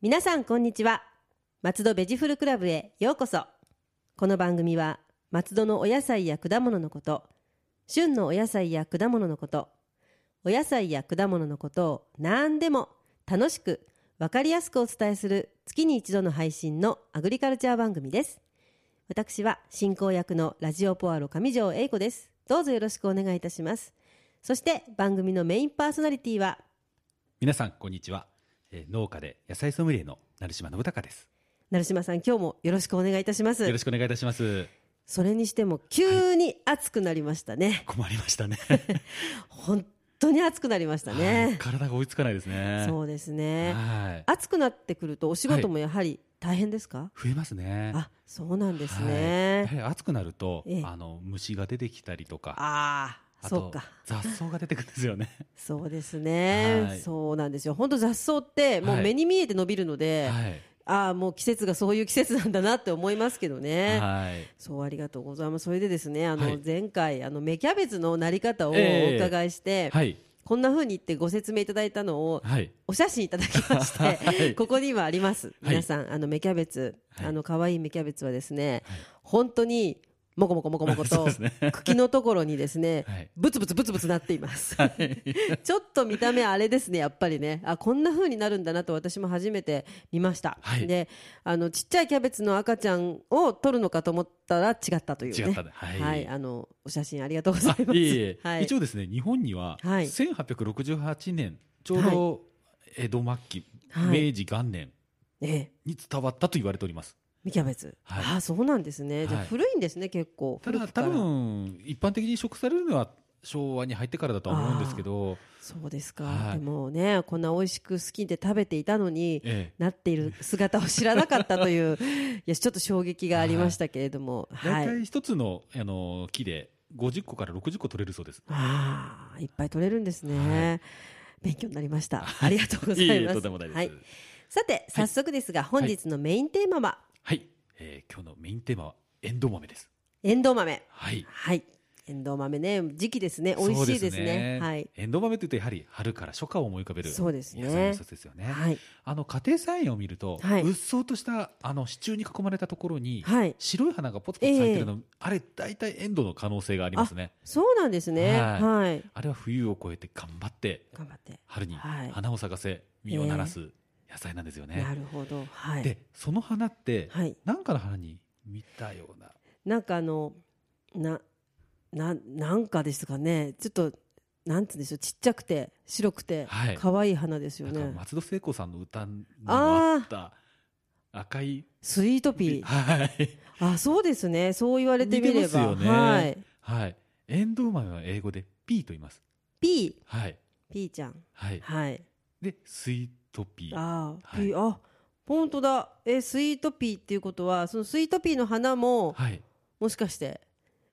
皆さんこんにちは松戸ベジフルクラブへようこそこの番組は松戸のお野菜や果物のこと旬のお野菜や果物のことお野菜や果物のことを何でも楽しくわかりやすくお伝えする月に一度の配信のアグリカルチャー番組です私は進行役のラジオポアロ上条英子ですどうぞよろしくお願いいたしますそして番組のメインパーソナリティは皆さんこんにちは、えー農家で野菜ソムリエの成島信孝です成島さん今日もよろしくお願いいたしますよろしくお願いいたしますそれにしても急に暑くなりましたね、困りましたね本当に暑くなりましたはいね、体が追いつかないですねそうですねはい暑くなってくるとお仕事もやはり大変ですか、増えますねあそうなんですはいやね、はり暑くなると、ええあの虫が出てきたりとかあああそうとか雑草が出てくるんですよねそうですね、はいそうなんですよ本当雑草ってもうはい目に見 えて伸びるので、はいああもう季節がそういう季節なんだなって思いますけどね、はいそうありがとうございますそれでですねあの、はい前回あの芽キャベツのなり方をおええ伺いして、はいこんな風に言ってご説明いただいたのをはいお写真いただきまして、 はいここにはあります皆さん、あの芽キャベツ、はいあの可愛い芽キャベツはですね、本当にもこもこもこもこ そうと、ですね 茎のところにですね、はいブツブツブツブツなっています、ちょっと見た目あれですねやっぱりねあこんな風になるんだなと私も初めて見ました、はいであのちっちゃいキャベツの赤ちゃんを取るのかと思ったら違ったというね違ったねはいあのお写真ありがとうございあますいえいえはい一応ですね日本にははい1868年ちょうど、江戸末期、はい明治元年ええに伝わったと言われておりますミキャベツ、はいああそうなんですねじゃあはい古いんですね、結構ただ古くか多ら分一般的に移植されるのは昭和に入ってからだとは思うんですけど、そうですか、はいでもねこんな美味しく好きで食べていたのに、ええなっている姿を知らなかったという いやちょっと衝撃がありましたけれども、はい大体一つのあの木で50個から60個取れるそうです。ああいっぱい取れるんですね、は勉強になりましたありがとうございますえとんでもないです。ははいい、さて早速ですが、本日のメインテーマはえー今日のメインテーマはエンドウ豆です。エンドウ豆はい。はいエンドウ豆ね時期ですね美味しいですねそうはい、エンドウ豆というとやはり春から初夏を思い浮かべるそうですね野菜の一つですよね。はいあの家庭菜園を見ると、はいうっそうとしたあの支柱に囲まれたところに、はい白い花がポツポツ咲いてるの、あれ大体エンドウの可能性がありますね。そうなんですねは、はいいあれは冬を越えて頑張って頑張って、春にはい花を咲かせ実をならす野菜なんですよなね。るほどはいでその花ってはい何かの花に見たようななんかあのなななんかですかねちょっとなんつうんでしょうちっちゃくて白くてはい可愛い花ですよなんね、か松戸聖子さんの歌にもあった赤いスイートピーはいあそうですねそう言われてみれ似てば、ますよねはいはいエンドウ豆は英語でピーと言います。ピーはいピーちゃんはいはいでスイートピーあー、はいピーあ本当だえスイートピーっていうことはそのスイートピーの花も、はいもしかして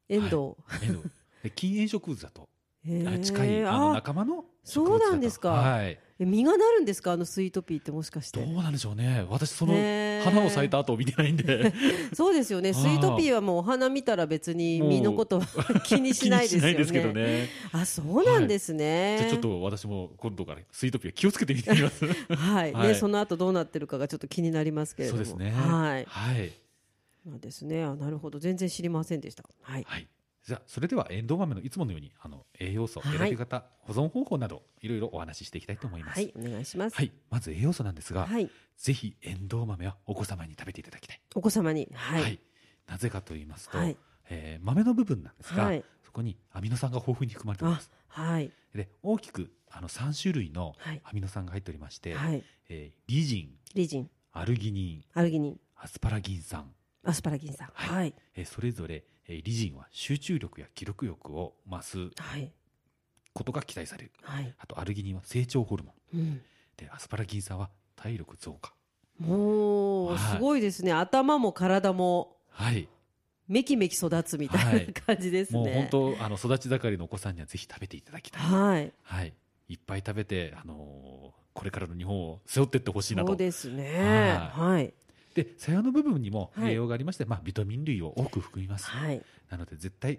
エンドウ、エンドウで禁煙植物だとへー近いあのあ仲間の植物だとそうなんですかはいえ実がなるんですかあのスイートピーってもしかしてどうなんでしょうね私そのねー花を咲いた後を見てないんでそうですよね。あースイートピーはもうお花見たら別にもう実のことは気にしないですよね。気にしないですけどねあ、そうなんですね。じゃあちょっと私も今度からスイートピア気をつけてみてみま す。はい、はね、いその後どうなってるかがちょっと気になりますけれどそうも。ですね。はい。はい。まあですね。あ、なるほど。全然知りませんでした。はい。はいじゃあそれではエンドウ豆のいつものようにあの栄養素、はい選び方、保存方法などいろいろお話ししていきたいと思います。ははいい、。お願いします。まず栄養素なんですが、はい。ぜひエンドウ豆はお子様に食べていただきたい。お子様に。ははい。い。なぜかと言いますと、はい。えー豆の部分なんですが、はい。そこにアミノ酸が豊富に含まれておりまあす。、はい。で大きくあの3種類のはい。アミノ酸が入っておりまして、はい。えーリジン、リジン、アルギニン、アルギニン、アスパラギン酸、アスパラギン酸。はいはい。えーそれぞれ、えーリジンは集中力や記録力を増すはい。ことが期待されるはい。あとアルギニンは成長ホルモンうん。でアスパラギン酸は体力増加もう、はいすごいですね。頭も体も。はいめきめき育つみたいはない感じですね。もう本当あの育ち盛りのお子さんにはぜひ食べていただきたい、はい。はい、いっぱい食べて、あのーこれからの日本を背負ってってほしいなそうとでですね。はい。さやの部分にもはい栄養がありまして、まあ、ビタミン類を多く含みます、はい。なので絶対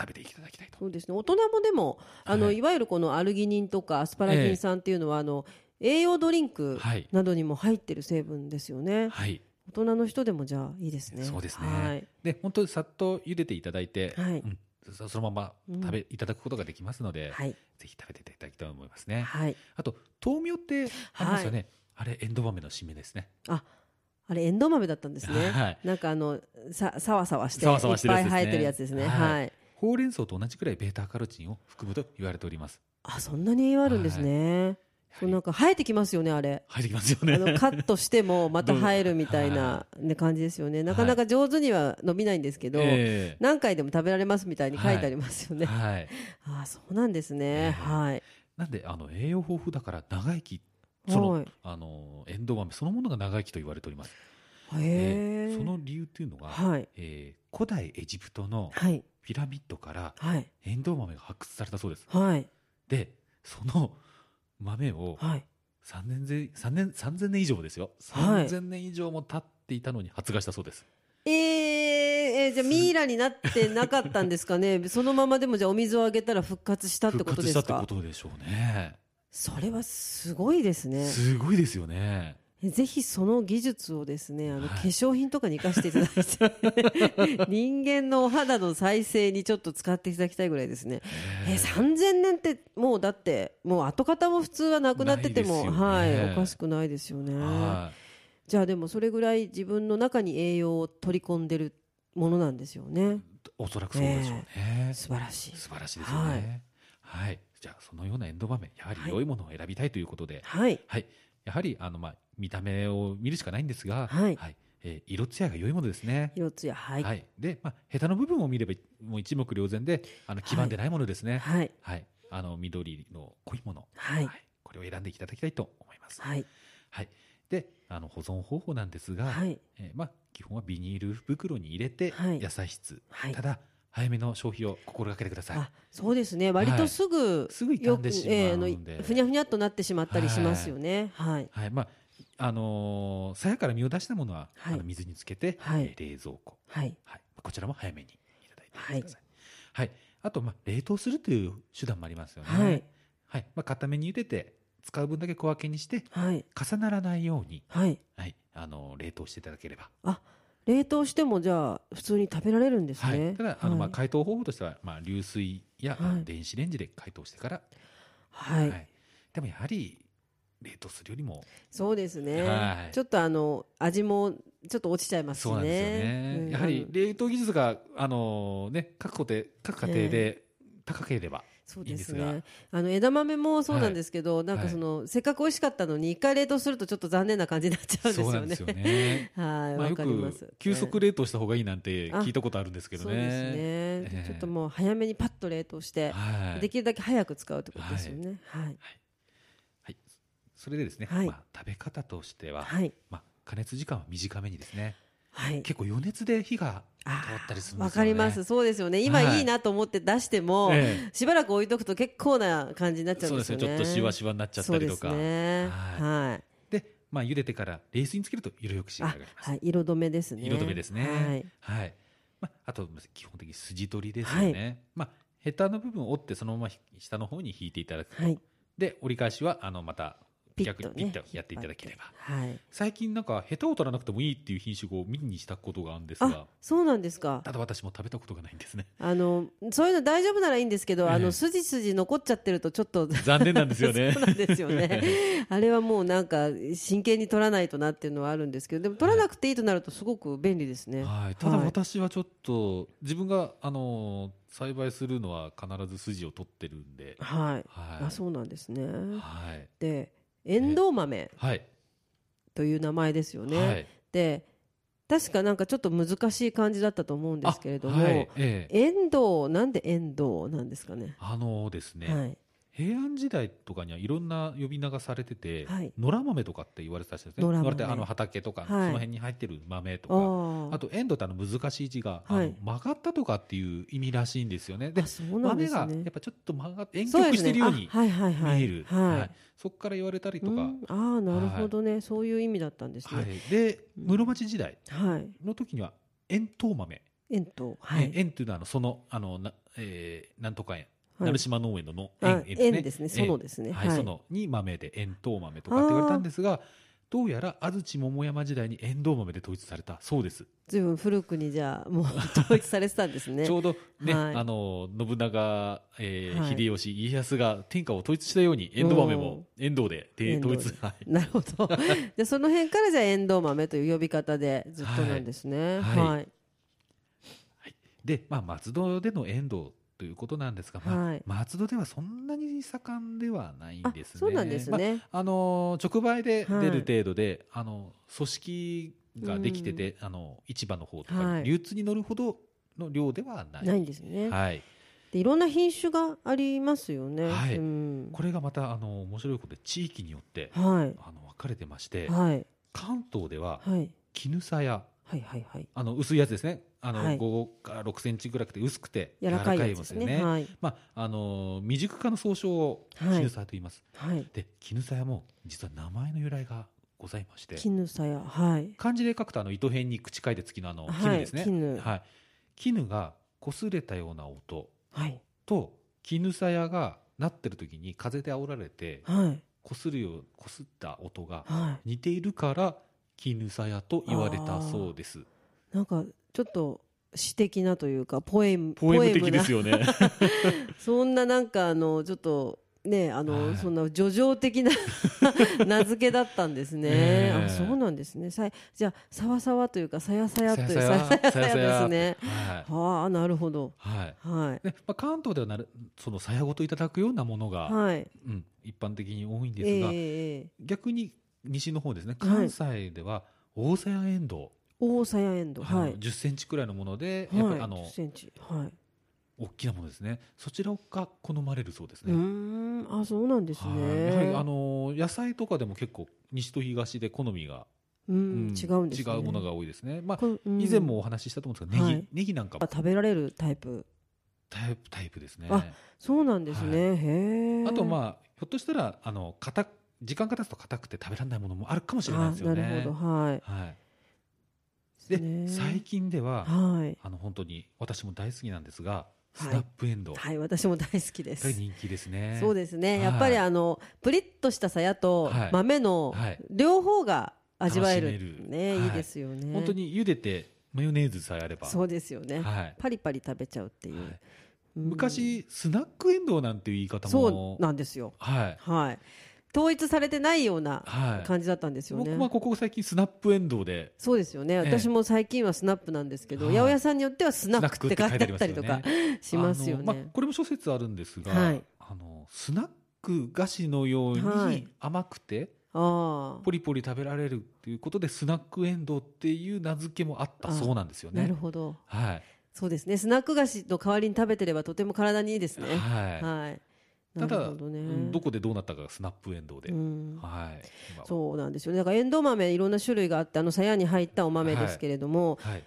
食べていただきたいと。そうですね大人もでもあの、はいい、わゆるこのアルギニンとかアスパラギン酸っていうのは、あの栄養ドリンクはいなどにも入ってる成分ですよね、はい。大人の人でもじゃあいいですねそうですねはいで、本当にさっと茹でていただいて、はいうんそそのまま食べ、いただくことができますので、はい、ぜひ食べていただきたいと思いますね。はい、あと、豆苗ってありますよね。あれ、エンドウ豆の締めですね。ああれエンドウ豆だったんですね、はいなんかあのささわさわしてさわさわしてるいやっつですぱねい生えてるやつですねはいはいほうれん草と同じくらいベータカロチンを含むと言われております。あそんなに栄養あるんですね、そうなんか生えてきますよねあれ入ってきますよあね。 のカットしてもまた生えるみたいどうな、ね、感じですよねなかなか上手には伸びないんですけど、ええ何回でも食べられますみたいに書いてありますよね、はい。ああそうなんですね、ええはいなんで、あの、栄養豊富だから長生き、その、はいあの、エンドウ豆そのものが長生きと言われております。へえその理由というのが、はいえー古代エジプトのはいピラミッドからはいエンドウ豆が発掘されたそうです。はいで、その豆をはい3年前、3年、3000年以上ですよ。はい3000年以上も経っていたのに発芽したそうです。えー、えーじゃあミイラになってなかったんですか ねそのままでもじゃあお水をあげたら復活したって復こと活でしたすってこかとでしょうね。それはすごいですねすごいですよね。ぜひその技術をですねあのは化い粧品とかに生かしていただい て人間のお肌の再生にちょっと使っていただきたいぐらいですねええ3000年ってもうだってもう跡形も普通はなくなってても、なはいですよねい、おかしくないですよねはいじゃあでもそれぐらい自分の中に栄養を取り込んでるものなんですよねおそらくそうでしょうね。素晴らしい素晴らしいですよね。はい、じゃあそのようなエンド場面、やはり良いものを選びたいということで、はいはい、やはりあのまあ見た目を見るしかないんですが、はいえー色艶が良いものですね。色つやはいはい、はい、でまあヘタの部分を見ればもう一目瞭然で、あの黄ばんでないものですね。はい、はいあの緑の濃いもの、はいこれを選んでいただきたいと思います。はい、はいであの保存方法なんですが、はいえーまあ基本はビニール袋に入れてはい野菜室、ただ早めの消費を心がけてください。あそうですね割とすぐ、すぐ傷んでしまうのでええあのふにゃふにゃっとなってしまったりしますよねはいはい、まあ、あのー、鞘から身を出したものは、はいあの水につけて、はいえー冷蔵庫。はいはい、こちらも早めにいただいてください。はい、あと、まあ、冷凍するという手段もありますよね。はい、はい、まあ、固めに茹でて、使う分だけ小分けにして、はい重ならないように、はいはい、あのー冷凍していただければ。あ冷凍してもじゃあ普通に食べられるんですはね、い、ただ、あの、まはあ、い解凍方法としては、まあ、流水や、あのはい電子レンジで解凍してから。はいでも、やはり、冷凍するよりも、そうですね、はいちょっとあの味もちょっと落ちちゃいますねそうなんですよね。うんやはり冷凍技術が、あのね、各家庭、各家庭で高ければ、そうですいいんでね。あの枝豆もそうなんですけど、なんはかいその、せっかく美味しかったのに一回冷凍するとちょっと残念な感じになっちゃうんですそようね。なんです よはね。い、まあ、わよかります。く急速冷凍した方がいいなんて聞いたことあるんですけどそうですね、ね。ええちょっともう早めにパッと冷凍して、はい。できるだけ早く使うってことですよね。はい。はい。それでですね、はいまあ、食べ方としては、はい。まあ、加熱時間は短めにですね。はい。結構余熱で火があ通ったりするんですよね。わかります。そうですよね。今はいいいなと思って出しても、えしばらく置いとくと結構な感じになっえちゃうそんでうですすよね。ね。ちょっとシワシワになっちゃったりとそかう。ですね。ははい。で、まあ、茹でてから冷水につけると色よく仕上あがります。はい、色止めですね。色止めですね。はい。はい。まあ、あと、基本的に筋取りですよね。まあ、ヘタの部分を折って、そのままひ下の方に引いていただくと。はい。で、折り返しは、あの、また、ピッとね逆にピッとやっていただければ。はい。最近なんか、ヘタを取らなくてもいいっていう品種を見にしたことがあるんですあが、、そうなんですかた。だ私も食べたことがないんですね。 あの、そういうの大丈夫ならいいんですけど、ええあの、筋筋残っちゃってるとちょっと、残念なんですよ ねそうなんですよね。あれはもうなんか、真剣に取らないとなっていうのはあるんですけど、でも取らなくていいとなるとすごく便利ですね。 はい。ただ私はちょっと、自分が、あの、栽培するのは必ず筋を取ってるんで、はい。はい。あ、そうなんですね。はい。で、エンドウ豆はい。という名前ですよね。はい。で、確かなんかちょっと難しい感じだったと思うんですけれども、あはいええエンドウ、なんでエンドウなんですかね。あのですね、はい。平安時代とかにはいろんな呼び名がされてて、はい野良豆とかって言われてたらしいですね。野良豆言われてあの畑とか、はいその辺に入ってる豆とあか。ーあと、エンドってあの難しい字が、あのはい曲がったとかっていう意味らしいんですよね。であ、そうなんですね豆がやっぱちょっと曲がって、遠遠曲してるようにはいはいはい、見える。はいはいそこから言われたりとうか。んああなるほどね、そういう意味だったんですはねい。で、うん室町時代はい、の時には、円筒豆。円と、はいえ円というのはあのそのあのな、えー、なんとか円、はい成島農園ののあ円円ですね、えそえのですね。はい、そのに豆で円筒豆とかって言われたんですがどうやら安土桃山時代に円筒豆で統一されたそうです、ずいぶん古くにじゃあもう 統一されてたんですね ち。ょうどね、はいあの信長、えーはい秀吉家康が天下を統一したように円筒豆も円筒でで円筒統で一はいなるほど。 でその辺からじゃあエンドウ豆という呼び方でずっとなんですね。はいは。はいで、まあ、松戸での遠藤ということなんですが、まあはい松戸ではそんなに盛んではないんあですね。そうなんですまね。ああのー直売ではい出る程度で、あの組織ができてて、あの市場の方とかはいに流通に乗るほどの量ではない。なはいいんですね、で。いろんな品種がありますよね。はいうんこれがまたあの面白いことで地域によってはい。あの分かれてまして、はい。関東でははい。絹さやはいはいはい。あの薄いやつですねあの、はい5から6センチぐらいくて薄くて柔らかいやつです柔らかいね。はい。まああのー未熟化の総称をはい絹さやと言います、はい。で絹さやも実は名前の由来がございまして絹さや。はい。漢字で書くとあの糸辺に口書いて月のあのはい絹ですね、絹はい、絹が擦れたような音はい。と絹さやがなってる時に風で煽られてはい。擦るよう擦った音がは似ているから絹さやと言われたそうですい。なんかちょっと詩的なというかポエム。ポエムポ的なですよねそんななんかあのちょっとねあの、はいそんな叙情的な 名付けだったんですね、ええあそうなんですねさいじゃあさわさわというかさやさやというささややさやさやさやですねはい、はあなるほどはいはでまあ、関東ではなるそのさやごといただくようなものが、いはいうん、一般的に多いんえでえすが、ええ逆に西の方ですねはい関西では大さやエンド大さやエンドウ、は1い0センチくらいのもので、やっぱはいりあの10センチはい、大きなものですねそちらが好まれるそうですうーね。んあそうなんですはいねやはりあのー野菜とかでも結構西と東で好みが、ううん違うんです、ね、違うものが多いですね、まあ、これうん以前もお話ししたと思うんですが、はネギいネギなんかやもっぱ食べられるタイプタイプタイプですねあそうなんですね、へえあとまあひょっとしたらあの硬く時間が経つと硬くて食べられないものもあるかもしれないですよね。あなるほどはいはい、で、ね最近では、はいあの本当に私も大好きなんですが、いスナップエンドウ、はい、私も大好きで大す。人気ですね。そうですね、はいやっぱりあのプリッとしたさやとはい豆のはい両方が味わえる、楽しめるね、はいいいですよね。本当に茹でてマヨネーズさえあれば、そうですよね、はい。パリパリ食べちゃうっていう。はいうん昔スナックエンドウなんていう言い方そもう、なんですよ。はいはい、統一されてないようなはい。感じだったんですよね。僕はここ最近スナップエンドウでそうですよね。ええ私も最近はスナップなんですけど、はい八百屋さんによってはスナックって書いてあったりとかスナックって書いてありしますよあのまあね。これも諸説あるんですが、はいあのスナック菓子のようはいに甘くて、ああ、ポリポリ食べられるっていうことでスナックエンドウっていう名付けもあったそうなんですよね。なるほど。はいそうですね。スナック菓子の代わりに食べてればとても体にいいですね。はいはい。なたるだほどうんね。どこでどうなったかがスナップエンドウで、うんはい今はそうなんですよね。だからエンドウ豆いろんな種類があってあの鞘に入ったお豆ですけれども、はい、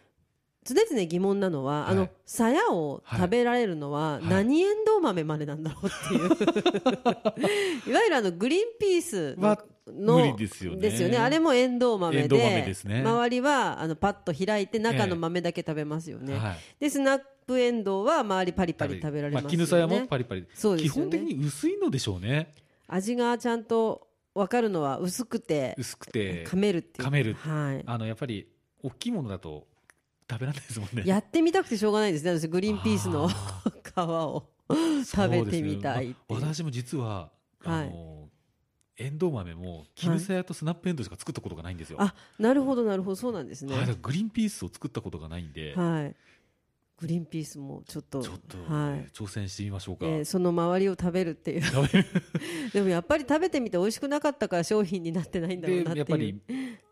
常々疑問なのは、はいあの鞘を食べられるのははい何エンドウ豆までなんだろうっていう。 い、わゆるあのグリーンピースのはの無理ですよねですよね。あれもエンドウ豆でエンドウ豆ですね周りはあのパッと開いて中の豆だけ食べますよね。はいでスナップエンドウは周りパリパリ食べられますよね。あ、絹さやもパリパリ、そうです基よね本的に薄いのでしょうね味がちゃんと分かるのは薄くて薄くて噛めるっていう噛めるはいあのやっぱり大きいものだと食べられないですもんねやってみたくてしょうがないですね私グリーンピースのあ皮をー 食べてみたいっていそううですねまあ私も実は、あのエンドウ豆も絹さやとスナップエンドウしか作ったことがないんですよ、あなるほどなるほどそうなんですねはいだからグリーンピースを作ったことがないんで、はいグリーンピースもちょっとちょっと、はい挑戦してみましょうか、えーその周りを食べるっていう 食べるでもやっぱり食べてみて美味しくなかったから商品になってないんだろうなっていうでやっぱり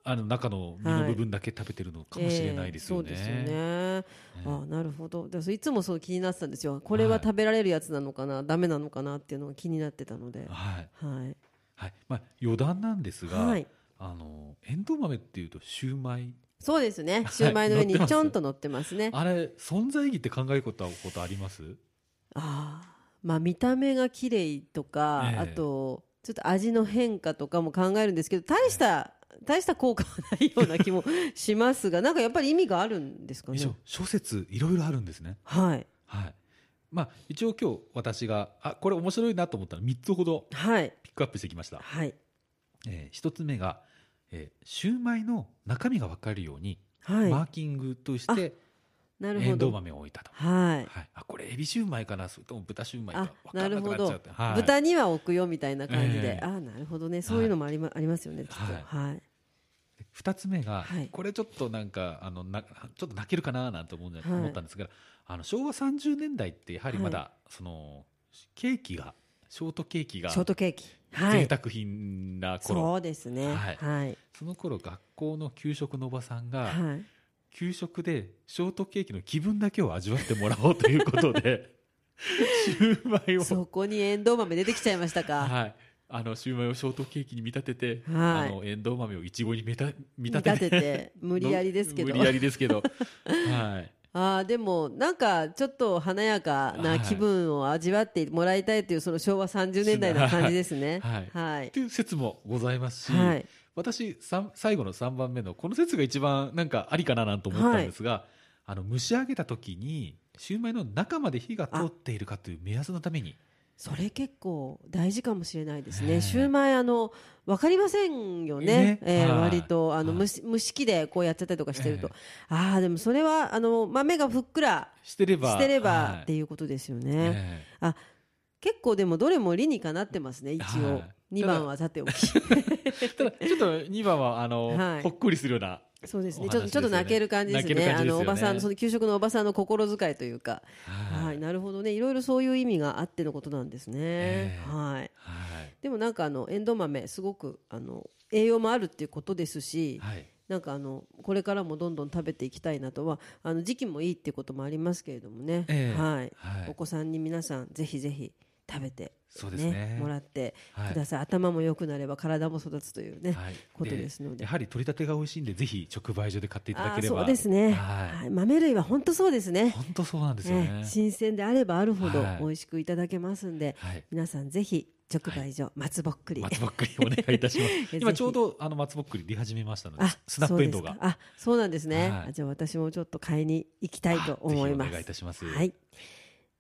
あの中の身の部分だけ食べてるのかもしれないですよね。えーそうですよねねあなるほどでいつもそう気になってたんですよこれははい食べられるやつなのかな、ダメなのかなっていうのが気になってたのではいはいはいまあ、余談なんですが、はいあのエンドウ豆っていうとシューマイそうですねシューマイの上にはい乗ってますちょんと乗ってますねあれ存在意義って考えることはことありますああまあ見た目が綺麗とか、ええあとちょっと味の変化とかも考えるんですけど大した大した効果はないような気もしますがなんかやっぱり意味があるんですかね一応諸説いろいろあるんですね。はいはい。まあ一応今日私があこれ面白いなと思ったら三つほどはいピックアップしてきました。はいえー、1つ目が、えー、シューマイの中身が分かるように、はい、マーキングとしてなるエほンドどウ豆を置いたと。はいはい、あこれエビシューマイかなそれとも豚シューマイかあ分からなくなっちゃって、はい、豚には置くよみたいな感じで、ええああなるほどねそういうのもあり,、まありますよねきっとはいはい2つ目が、はいこれちょっとなんかあのなちょっと泣けるかななんて思うんじゃ、はい思ったんですがあの昭和30年代ってやはりまだ、そのケーキがショートケーキがショートケーキは贅い沢品な頃、そうですねははいいはい、その頃学校の給食のおばさんが、給食でショートケーキの気分だけを味わってもらおうということで シューマイを、そこにエンドウ豆出てきちゃいましたかはい、あのシューマイをショートケーキに見立てて、はいあのエンドウ豆をいちごに見た見見立立てててて無理やりですけど無理やりですけどはいああでもなんかちょっと華やかな気分を味わってもらいたいというその昭和30年代の感じですねはいはいという説もございますし、はい私さん最後の3番目のこの説が一番なんかありかななんて思ったんですが、あの蒸し上げた時にシューマイの中まで火が通っているかという目安のためにそれ結構大事かもしれないですね、ええシューマイあの分かりませんよねね、えーはい割とあのは蒸いし蒸し器でこうやっちゃったりとかしてると、えああでもそれはあの豆がふっくらしてればしてれはばいっていうことですよね、ええあ結構でもどれも理にかなってますね一応、はい2番はさておきただちょっと2番はあの、 はいほっこりするような、 そうですねおちょっと話ですちょよねっと泣ける感じですね泣けるあ感じですよのねおばさんその給食のおばさんの心遣いというか、はいはいなるほどねいろいろそういう意味があってのことなんですね、ええはいはいでもなんかあのエンドウ豆すごくあの栄養もあるっていうことですし、はいなんかあのこれからもどんどん食べていきたいなとはあの時期もいいっていうこともありますけれどもね、ええはいはいお子さんに皆さんぜひぜひ食べて、そうですねもらってはいください、頭も良くなれば体も育つというね、はいことですのでやはり取り立てが美味しいんでぜひ直売所で買っていただあけーればそうですね、ははい豆類は本当そうですいね本当そうなんですよねね新鮮であればあるほどはい美味しくいただけますんで、はい皆さんぜひ直売所、松ぼっくり松ぼっくりお願いいたしまえ すぜ今ひちょうどあの松ぼっくり出始めましたのであ、スナップエンドウそうがですかあ、そうなんですね、はいあじゃあ私もちょっと買いに行きたいと思いまあぜひお願いいす。たしますはい。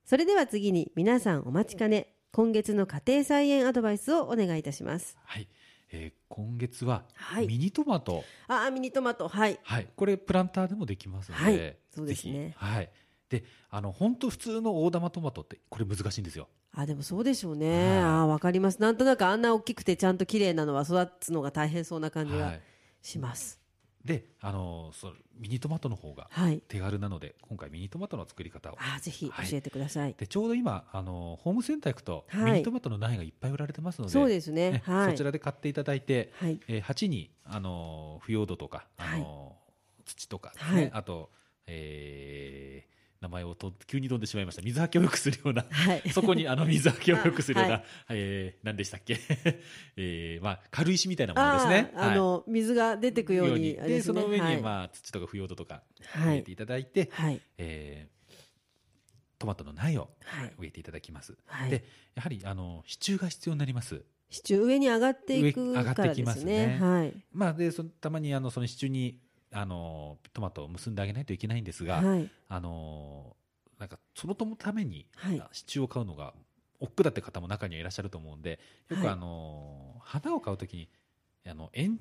それでは次に皆さんお待ちかね、今月の家庭菜園アドバイスをお願いいたします。はいえー今月ははいミニトマト、あ、ミニトマト、はい。はい、これプランターでもできますので、はいそうですねぜひはい、であの本当普通の大玉トマトってこれ難しいんですよあ、でもそうでしょうね。はいあ、わかります。なんとなくあんな大きくてちゃんと綺麗なのは育つのが大変そうな感じはがいします。であのそのミニトマトの方がはい。手軽なので今回ミニトマトの作り方をあ、ぜひ教えてください。でちょうど今あのホームセンター行くと、はいミニトマトの苗がいっぱい売られてますのでそうですねね。はい。そちらで買っていただいて、はい。えー鉢に、あのー腐葉土とか、あのー土とかですはね、いあと、えー名前をと急に飛んでしまいました水はけを良くするよう なはい。そこにあの水はけを良くするような、はえー何でしたっけ、 えーまあ、軽石みたいなものですあね。ー、あはいの、水が出てくように。よあうれですそねの上はいに、まあ、土とか腐葉土とかは入れいて。いただいて、はい。えートマトの苗をはい。植えていただきます。はい。でやはりあの支柱が必要になります。支柱上に上がっていく上上がかってらきでますすねね。はい。まあ、でそのたまにあのその支柱にあのトマトを結んであげないといけないんですが、はい。あのなんかそのために、はいあ支柱を買うのが億劫だって方も中にはいらっしゃると思うんでよはくいあの、花を買うときにあの円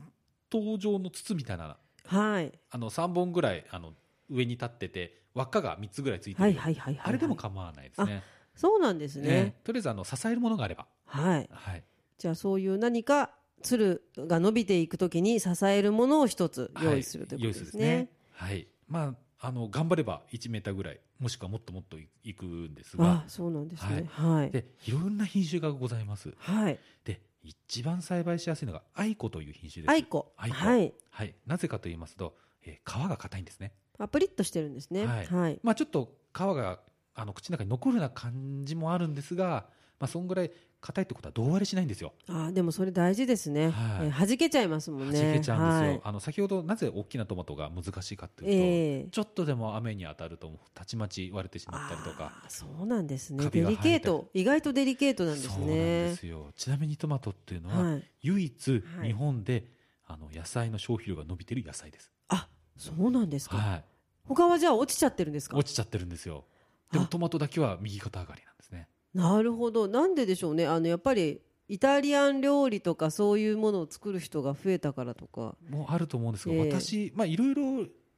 筒状の筒みたいなはい。あの3本ぐらいあの上に立ってて輪っかが3つぐらいついてる、はい。はい。はい。あれでも構わないですねそうなんですね。ねとりあえずあの支えるものがあれば、はい。はい、じゃあ、そういう何か。つるが伸びていくときに支えるものを一つ用意するということですはい用意ね。するですねはいまあ、あの頑張れば1メーターぐらいもしくはもっともっといいくんですあが、そうなんですね。はい。でいろんな品種がございますはい。で一番栽培しやすいのがアイコという品種ですアイコ。アイコはい。はい、なぜかと言いますと、えー皮が硬いんですね、あ、プリッとしてるんですね。はいはい。まあ、ちょっと皮があの口の中に残るような感じもあるんですが、まあ、そんぐらい硬いってことは同割れしないんですよあ、でも、それ大事ですね。はいえ弾けちゃいますもん弾ね。けちゃうんですはよ、いあの先ほどなぜ大きなトマトが難しいかっていうと、ええ。ちょっとでも雨に当たるとたちまち割れてしまったりとかあーそうなんですね。カビデが生リえたりケート、意外とデリケートなんですね。そうなんですよちなみにトマトっていうのは、はい。唯一はい日本で、あの野菜の消費量が伸びてる野菜です。あそうなんですか、はい。他はじゃあ落ちちゃってるんですか落ちちゃってるんですよ。でもあトマトだけは右肩上がりなんですね。なるほどなんででしょうねあのやっぱりイタリアン料理とかそういうものを作る人が増えたからとかもうあると思うんですが、ええ私、まあ、いろいろ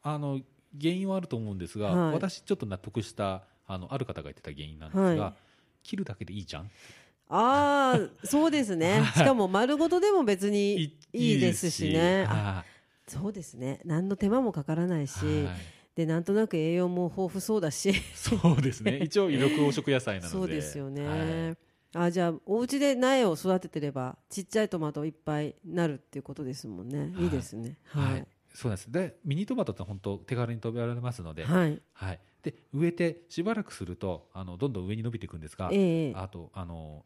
あの原因はあると思うんですが、はい私ちょっと納得したあのある方が言ってた原因なんですが、はい切るだけでいいじゃんああ そうですねしかも丸ごとでも別にいいいですしねはそうですね何の手間もかからないいし、はいでなんとなく栄養も豊富そうだしそうですね一 応緑黄色野菜なのでそうですよね、はいあじゃあお家で苗を育ててればちっちゃいトマトいっぱいなるっていうことですもんね、はいい、いですねははいい、そうなんですでミニトマトって本当手軽に食べられますので,、はいはいで植えてしばらくするとあのどんどん上に伸びていくんですが、ええあとあの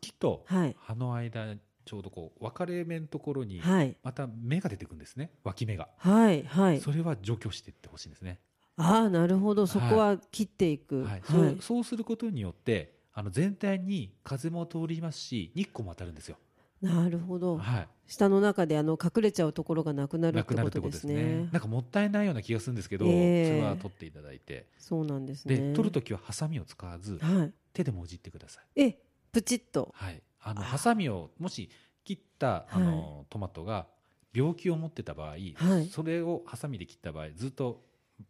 茎とはい葉の間ちょうどこう分かれ目のところにはいまた芽が出てくるんですね脇芽が、はいはいそれは除去していってほしいんですね、ああなるほどそこは切っていく、ははいいそうそうすることによってあの全体に風も通りますし日光も当たるんですよ、なるほどはい、下の中であの隠れちゃうところがなくなるっなてくなるこってとこでとですすねねなんかもったいないような気がするんですけど、ええそれは取っていただいてそうなんですで、ね取るときはハサミを使わずはい手でもじってください、えプチッとはい、あのあーハサミをもし切ったあの、トマトが病気を持ってた場合、いそれをハサミで切った場合ずっと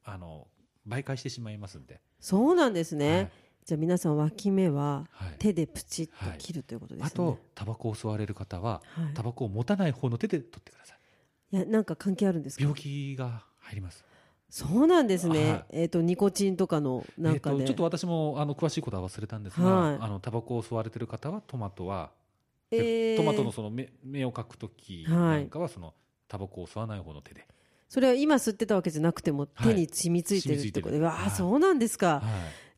あの媒介してしまいますんで、そうなんですね、じゃあ皆さん脇芽ははいはい手でプチッと切るということですね、あとタバコを吸われる方ははいタバコを持たない方の手で取ってくださいいやなんか関係あるんですか病気が入りますそうなんですね、はいえっ、とニコチンとかのえなんっかとで、ちょっと私もあの詳しいことは忘れたんですが、はいあのタバコを吸われてる方はトマトは、えートマトのその目目を描く時なんかはそのタバコを吸わない方の手で、それは今吸ってたわけじゃなくてもは手いに染みついてるってことで、染みついてるわあ、はいそうなんですか、はい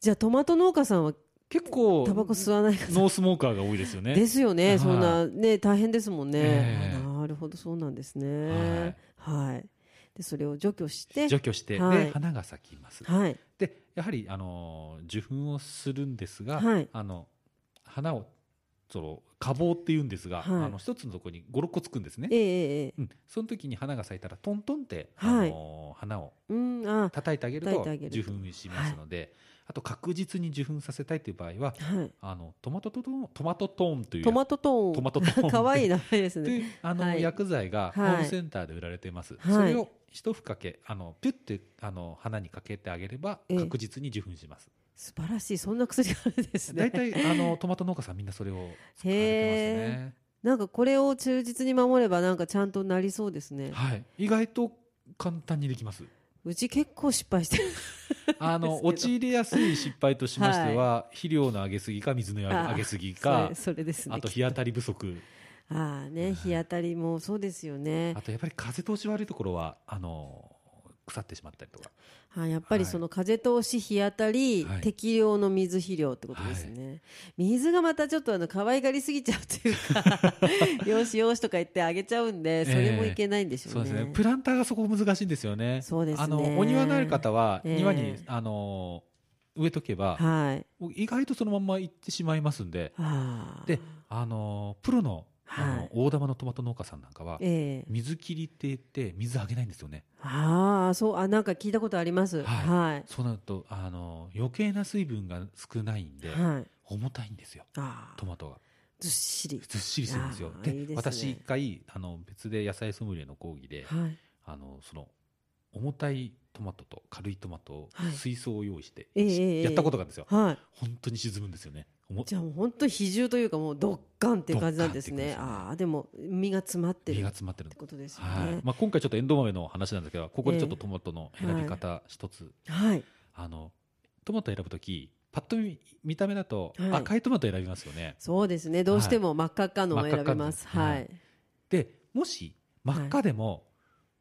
じゃあトマト農家さんは結構タバコ吸わない方ノースモーカーが多いですよね。ですよね、はいそんなね大変ですもんね、ええなるほどそうなんですねはい、でそれを除去して除去して、はでい花が咲きます。はいでやはりあのー受粉をするんですが、はいあの花をその花房っていうんですはが、いあの一つのところに56個つくんですねえ。えええええうん、その時に花が咲いたらトントンって、はいあのー花をうんあ叩いてあげると叩いてあげる受と粉しますので、あと確実に受粉させたいという場合ははいあのトマトトトントマトトーンというトマトトーントマトトーンかわいい名前ですといねうあの、はい薬剤がホはいームセンターで売られています、はいそれを一ふかけあのピュッてあの花にかけてあげればええ確実に受粉します素晴らしいそんな薬があるんですね大体、あのトマト農家さんみんなそれを使われてますね、なんかこれを忠実に守ればなんかちゃんとなりそうですね。はい、意外と簡単にでき ますうち結構失敗してる。あのですけ陥りやすい失敗としましては、肥料の上げすぎか水のあ上げすぎかそれそれですね。あときっ日当たり不足ああね日当たりもそうですよねあ。とやっぱり風通し悪いところはあの腐ってしまったりとかあやっぱりその風通し日当たり、はい適量の水肥料ってことですね。水がまたちょっとあの可愛がりすぎちゃうという かよしよしとか言ってあげちゃうんでそれもいけないんでしょそううでね。すね。プランターがそこ難しいんですよね。そうですねあのお庭のある方はええ庭に、あの植えとけば、はい。意外とそのまんま行ってしまいますんで、ああであのプロのあの、はい大玉のトマト農家さんなんかはええ水切りって言って水あげないんですよね。ああそうあなんか聞いたことあります。ははそうなるとあの余計な水分が少ないんいで、はい。重たいんですよ。ああトマトがずっしり。ずっしりするんですい。よやーでいいですね私一回あの別で野菜ソムリエの講義で、はい。あのその重たいトマトと軽いトマトをはい水槽を用意して、ええしええやったことがあるんですよ、はい。本当に沈むんですよねおもじゃあもう本当比重というかもうドッカンっていう感じなんですね。ドッカンっていう感じですねああでも身が詰まって身るがって詰まってるんでことですよはいね。まあ、今回ちょっとエンドウ豆の話なんですけどここでちょっとトマトの選び方一つ、はい。あのトマト選ぶ時パッと見見た目だとはい赤いトマト選びますよね、そうですね。どうしても真っ赤っかのを選びます。真っ赤っかのははいい。でもし真っ赤でも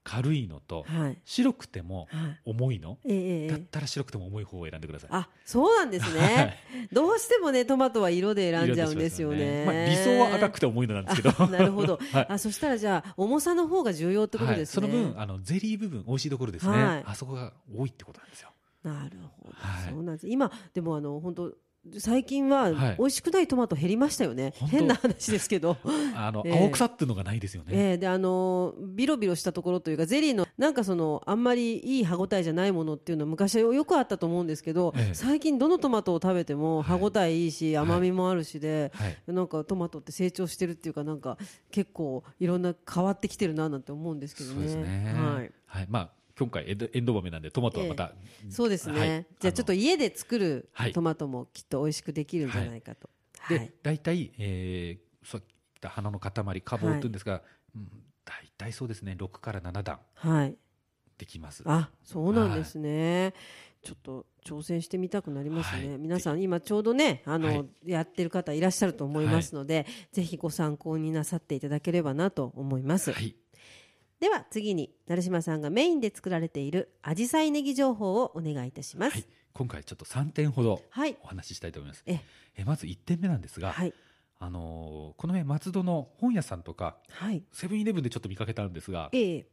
軽いのと、はい。白くてもはい。重いの、ええええだっええ。たら白くても重い方を選んでくださいあ、そうなんですはいね。どうしてもねトマトは色で選んじゃうんですよね。まあ、理想は赤くて重いのなんですけどあなるほど はいあそしたらじゃあ重さの方が重要ってことはでい、すそね。の分あのゼリー部分美味しいところですね、はいあそこが多いってことなんですよなるほど、はいそうなんです今でもあの本当最近ははい美味しくないトマト減りましたよね、本当変な話ですけど、あの、ええ青臭っていうのがないですよね。ええであのービロビロしたところというかゼリーのなんかそのあんまりいい歯ごたえじゃないものっていうのは昔はよくあったと思うんですけど、ええ最近どのトマトを食べても歯はいごたえいいし、はい甘みもあるしで、はい。なんかトマトって成長してるっていうかなんか結構いろんな変わってきてるななんて思うんですけどそうね。ですね。はい。まあ、今回エンドエンド豆なんで、トマトはまた。そうですね、はいじゃあちょっと家で作るはいトマトもきっと美味しくできるんじゃないかと。はで、い、大体、えー、さっき言った花の塊、花房って言うんですが、うん、大体そうですね、6から7段はいできます。あそうなんですね、ちょっと挑戦してみたくなりますね、はい皆さん今ちょうどねあの、はいやってる方いらっしゃると思いますので、ぜひご参考になさっていただければなと思います、はい。では次に成島さんがメインで作られているアジサイネギ情報をお願いいたしますはい今回ちょっと3点ほどはいお話ししたいと思います。えええまず1点目なんですが、はいあのーこの辺松戸の本屋さんとか、はいセブンイレブンでちょっと見かけたんですが、ええ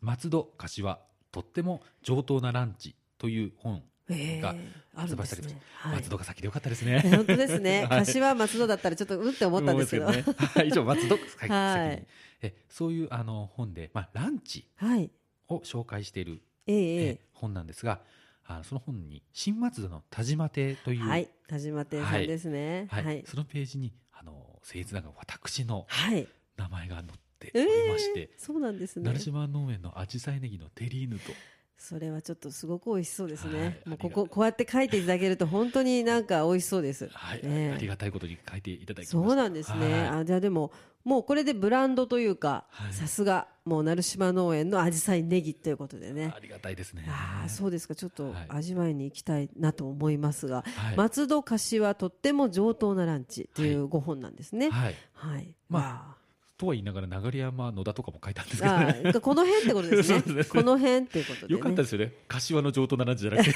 松戸柏とっても上等なランチという本、ええがあるんです発売されてね、はい松、戸が先でよかったですね。本当ですね、はい柏松戸だったらちょっとうんって思ったんですけど 思いますけどねはい以上松戸が先 に、はいえそういうあの本で、まあ、ランチはいを紹介している、ええええ本なんですが、あのその本に新松戸の田島亭とえいう、はい田島亭さんですねはいはい、そのページにあの僭越ながら私のはい名前が載ってえおえりまして、そうなんですね成。島農園のアジサイネギのテリーヌとそれはちょっとすごく美味しそうですはいね。もうこありがとこうこうやって書いていただけると本当になんか美味しそうです。はい、ねえありがたいことに書いていただきました。そうなんですね。はいあじゃあでももうこれでブランドというか、はいさすがもう成島農園のアジサイネギということでねあ。りがたいですね。ああそうですか。ちょっとはい味わいに行きたいなと思いますが、はい松戸柏とっても上等なランチという5本なんですね。はい。はい。まあまあ。とは言いながら流山野田とかも書いたんですけどあね。 ーこの辺ってことですねそうですこの辺っていうことで、ね、よかったですよね。柏の上等なランチじゃなくて、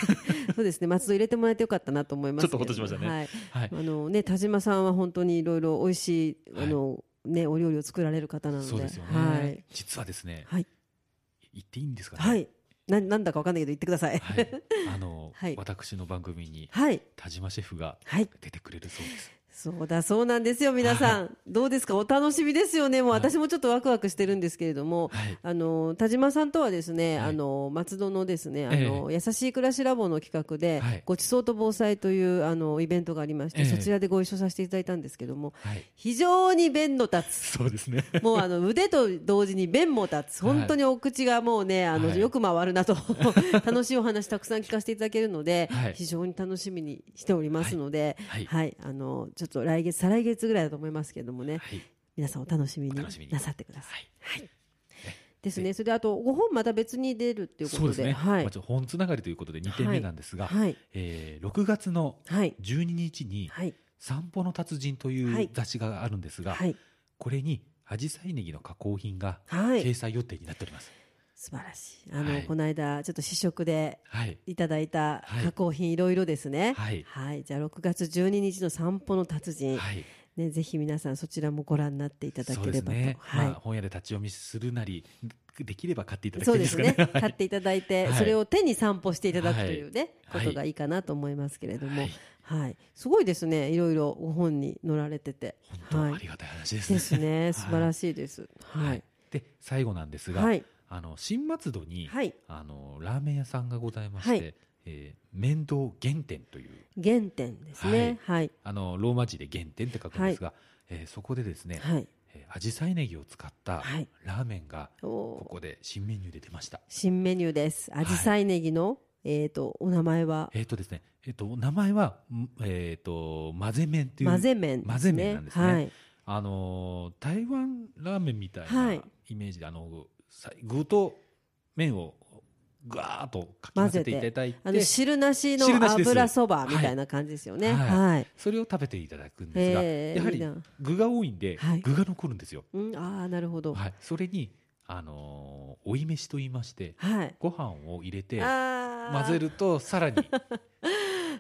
そうですね松戸入れてもらえてよかったなと思いますけどちょっとほっとしましたねはいはい。あのね、田島さんは本当にいろいろ美味しい、はいあのね、お料理を作られる方なので。そうですよはねい。。実はですね、はい。言っていいんですかね。はい。な、なんだかわかんないけど、言ってください。ははいい。あのはい私の番組に はい。田島シェフが出てくれるそ うです。そうだそうなんですよ、皆さん。どうですかお楽しみですよね。もうはい私もちょっとワクワクしてるんですけれども。はい。あの田島さんとはですね、はいあの松戸のですね、あの優しい暮らしラボの企画で、はいごちそうと防災というあのイベントがありまして、ええそちらでご一緒させていただいたんですけども、はい。非常に弁の立つ、そうですね。もうあの腕と同時に弁も立つ、はい本当にお口がもうね、あのはいよく回るなと、 楽しいお話たくさん聞かせていただけるのではい、非常に楽しみにしておりますので、はいはい、あのちょっと来月、再来月ぐらいだと思いますけれどもね、はい。皆さんお楽しみにお楽しみになさってくださ。はいい。ですね、それであと5本また別に出るっていうこそうとですで、ね。はまあいちょっと本つながりということで二点目なんですが、はい、えー6月のはい、 12日にはい、散歩の達人といはうい雑誌があるんですが、はい、これに紫陽花ネギの加工品がはい掲、載予定になっております。素晴らしい。あの、はいこの間、ちょっと試食ではい。いただいたはい加工品いろいろですね。はいはい。じゃあ6月12日の散歩の達人。はい。ね、ぜひ皆さんそちらもご覧になっていただそうけでれすばと。ね。はい。まあ本屋で立ち読みするなり、できれば買っていただきそたういでですすかね ね。。買っていただいて、はいそれを手に散歩していただくというね、はいことがいいかなと思いますけれども、ははいい、すごいですね。いろいろご本に載られてて、本当、はあい、りがたい話ですね。ですね。素晴らししいです。いはい、で、最後なんですが、はい、あの新松戸に、はい、あのラーメン屋さんがございまして、はいえー麺堂原点という原点ですね。はい、あのローマ字で原点って書くんですが、えーそこでですね、はい、えー、紫陽花ネギを使ったはいラーメンがおこおー。こで新メニューで出ました。新メニューです。アジサイネギの、えっ、と、お名前は。えっ、とですね、えっ、と名前はんえっ、と混ぜ麺っていう混ぜ麺ですね。混ぜ麺なんですねはい。あのー台湾ラーメンみたいはないイメージで、あのさ具と麺をぐわーっとかき混ぜていただいあての汁なしの汁なしです油そばみたいな感じですよね。はいはい。それを食べていただくんですが、ええやはいいりな。具が多いんで、はい具が残るんですよ、うん、ああ、なるほど。はい、それに、あのー追い飯と言いましてはい。ご飯を入れてああ。混ぜるとさらに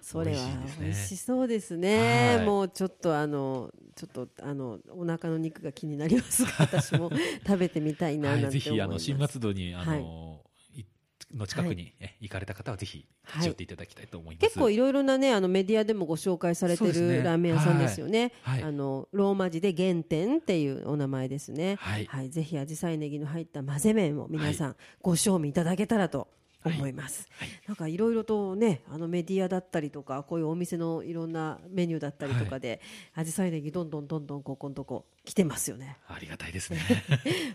それは美味しいですね美味しそうですね。はいもうちょっとあの、ちょっとあの、お腹の肉が気にな りますが、私も食べてみたいなはなんて思いまい、す。ぜひあの新松戸に、あのーいの近くにえ行かれた方はぜひ立ち寄っていただきたいと思います。結構いろいろなねあのメディアでもご紹介されてそうでするねラーメン屋さんですよね。はいあのローマ字で原点っていうお名前ですね。はいぜひ紫陽花ネギの入った混ぜ麺を皆さんご賞味いただけたらと思います。はいはいなんかいろいろとねあのメディアだったりとかこういうお店のいろんなメニューだったりとかで紫陽花ネギどんどんどんどんこうこのとこ来てますよね。ありがたいで すね。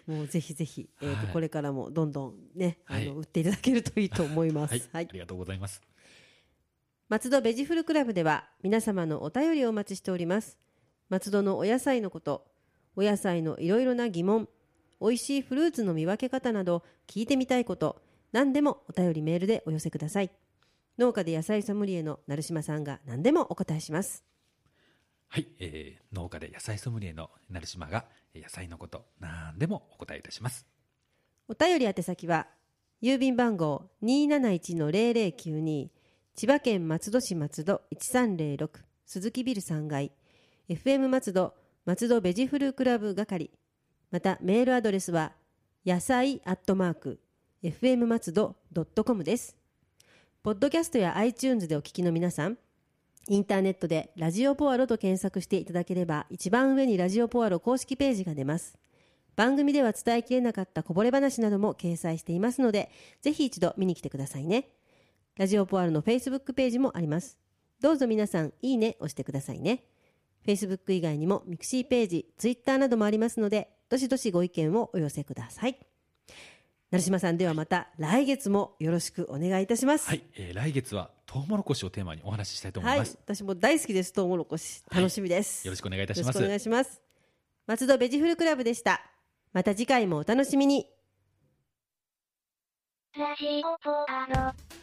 もうぜひぜひ、えーとはいこれからもどんどんね、はいあの売っていただけるといいと思います。はい、はいありがとうございます。松戸ベジフルクラブでは皆様のお便りをお待ちしております松戸のお野菜のことお野菜のいろいろな疑問美味しいフルーツの見分け方など聞いてみたいこと何でもお便りメールでお寄せください農家で野菜ソムリエの成島さんが何でもお答えしますはい、えー農家で野菜ソムリエの成島がえー野菜のこと何でもお答えいたします。お便り宛先は郵便番号271-0092千葉県松戸市松戸1306鈴木ビル3階 FM 松戸松戸ベジフルクラブ係またメールアドレスは野菜アットマーク FM 松戸ドットコムですポッドキャストや iTunes でお聞きの皆さんインターネットでラジオポアロと検索していただければ一番上にラジオポアロ公式ページが出ます番組では伝えきれなかったこぼれ話なども掲載していますので、ぜひ一度見に来てくださいね。ラジオポアルの Facebook ページもあります。どうぞ皆さん、いいね押してくださいね。Facebook 以外にもミクシーページ、Twitter などもありますので、どしどしご意見をお寄せください。成島さんではまた来月もよろしくお願いいたします。はい、えー来月はトウモロコシをテーマにお話ししたいと思はいい、ます。私も大好きです。トウモロコシ、はい楽しみです。よろしくお願いいたよしろましす。くお願いします。松戸ベジフルクラブでした。また次回もお楽しみに。ラジオポアロ。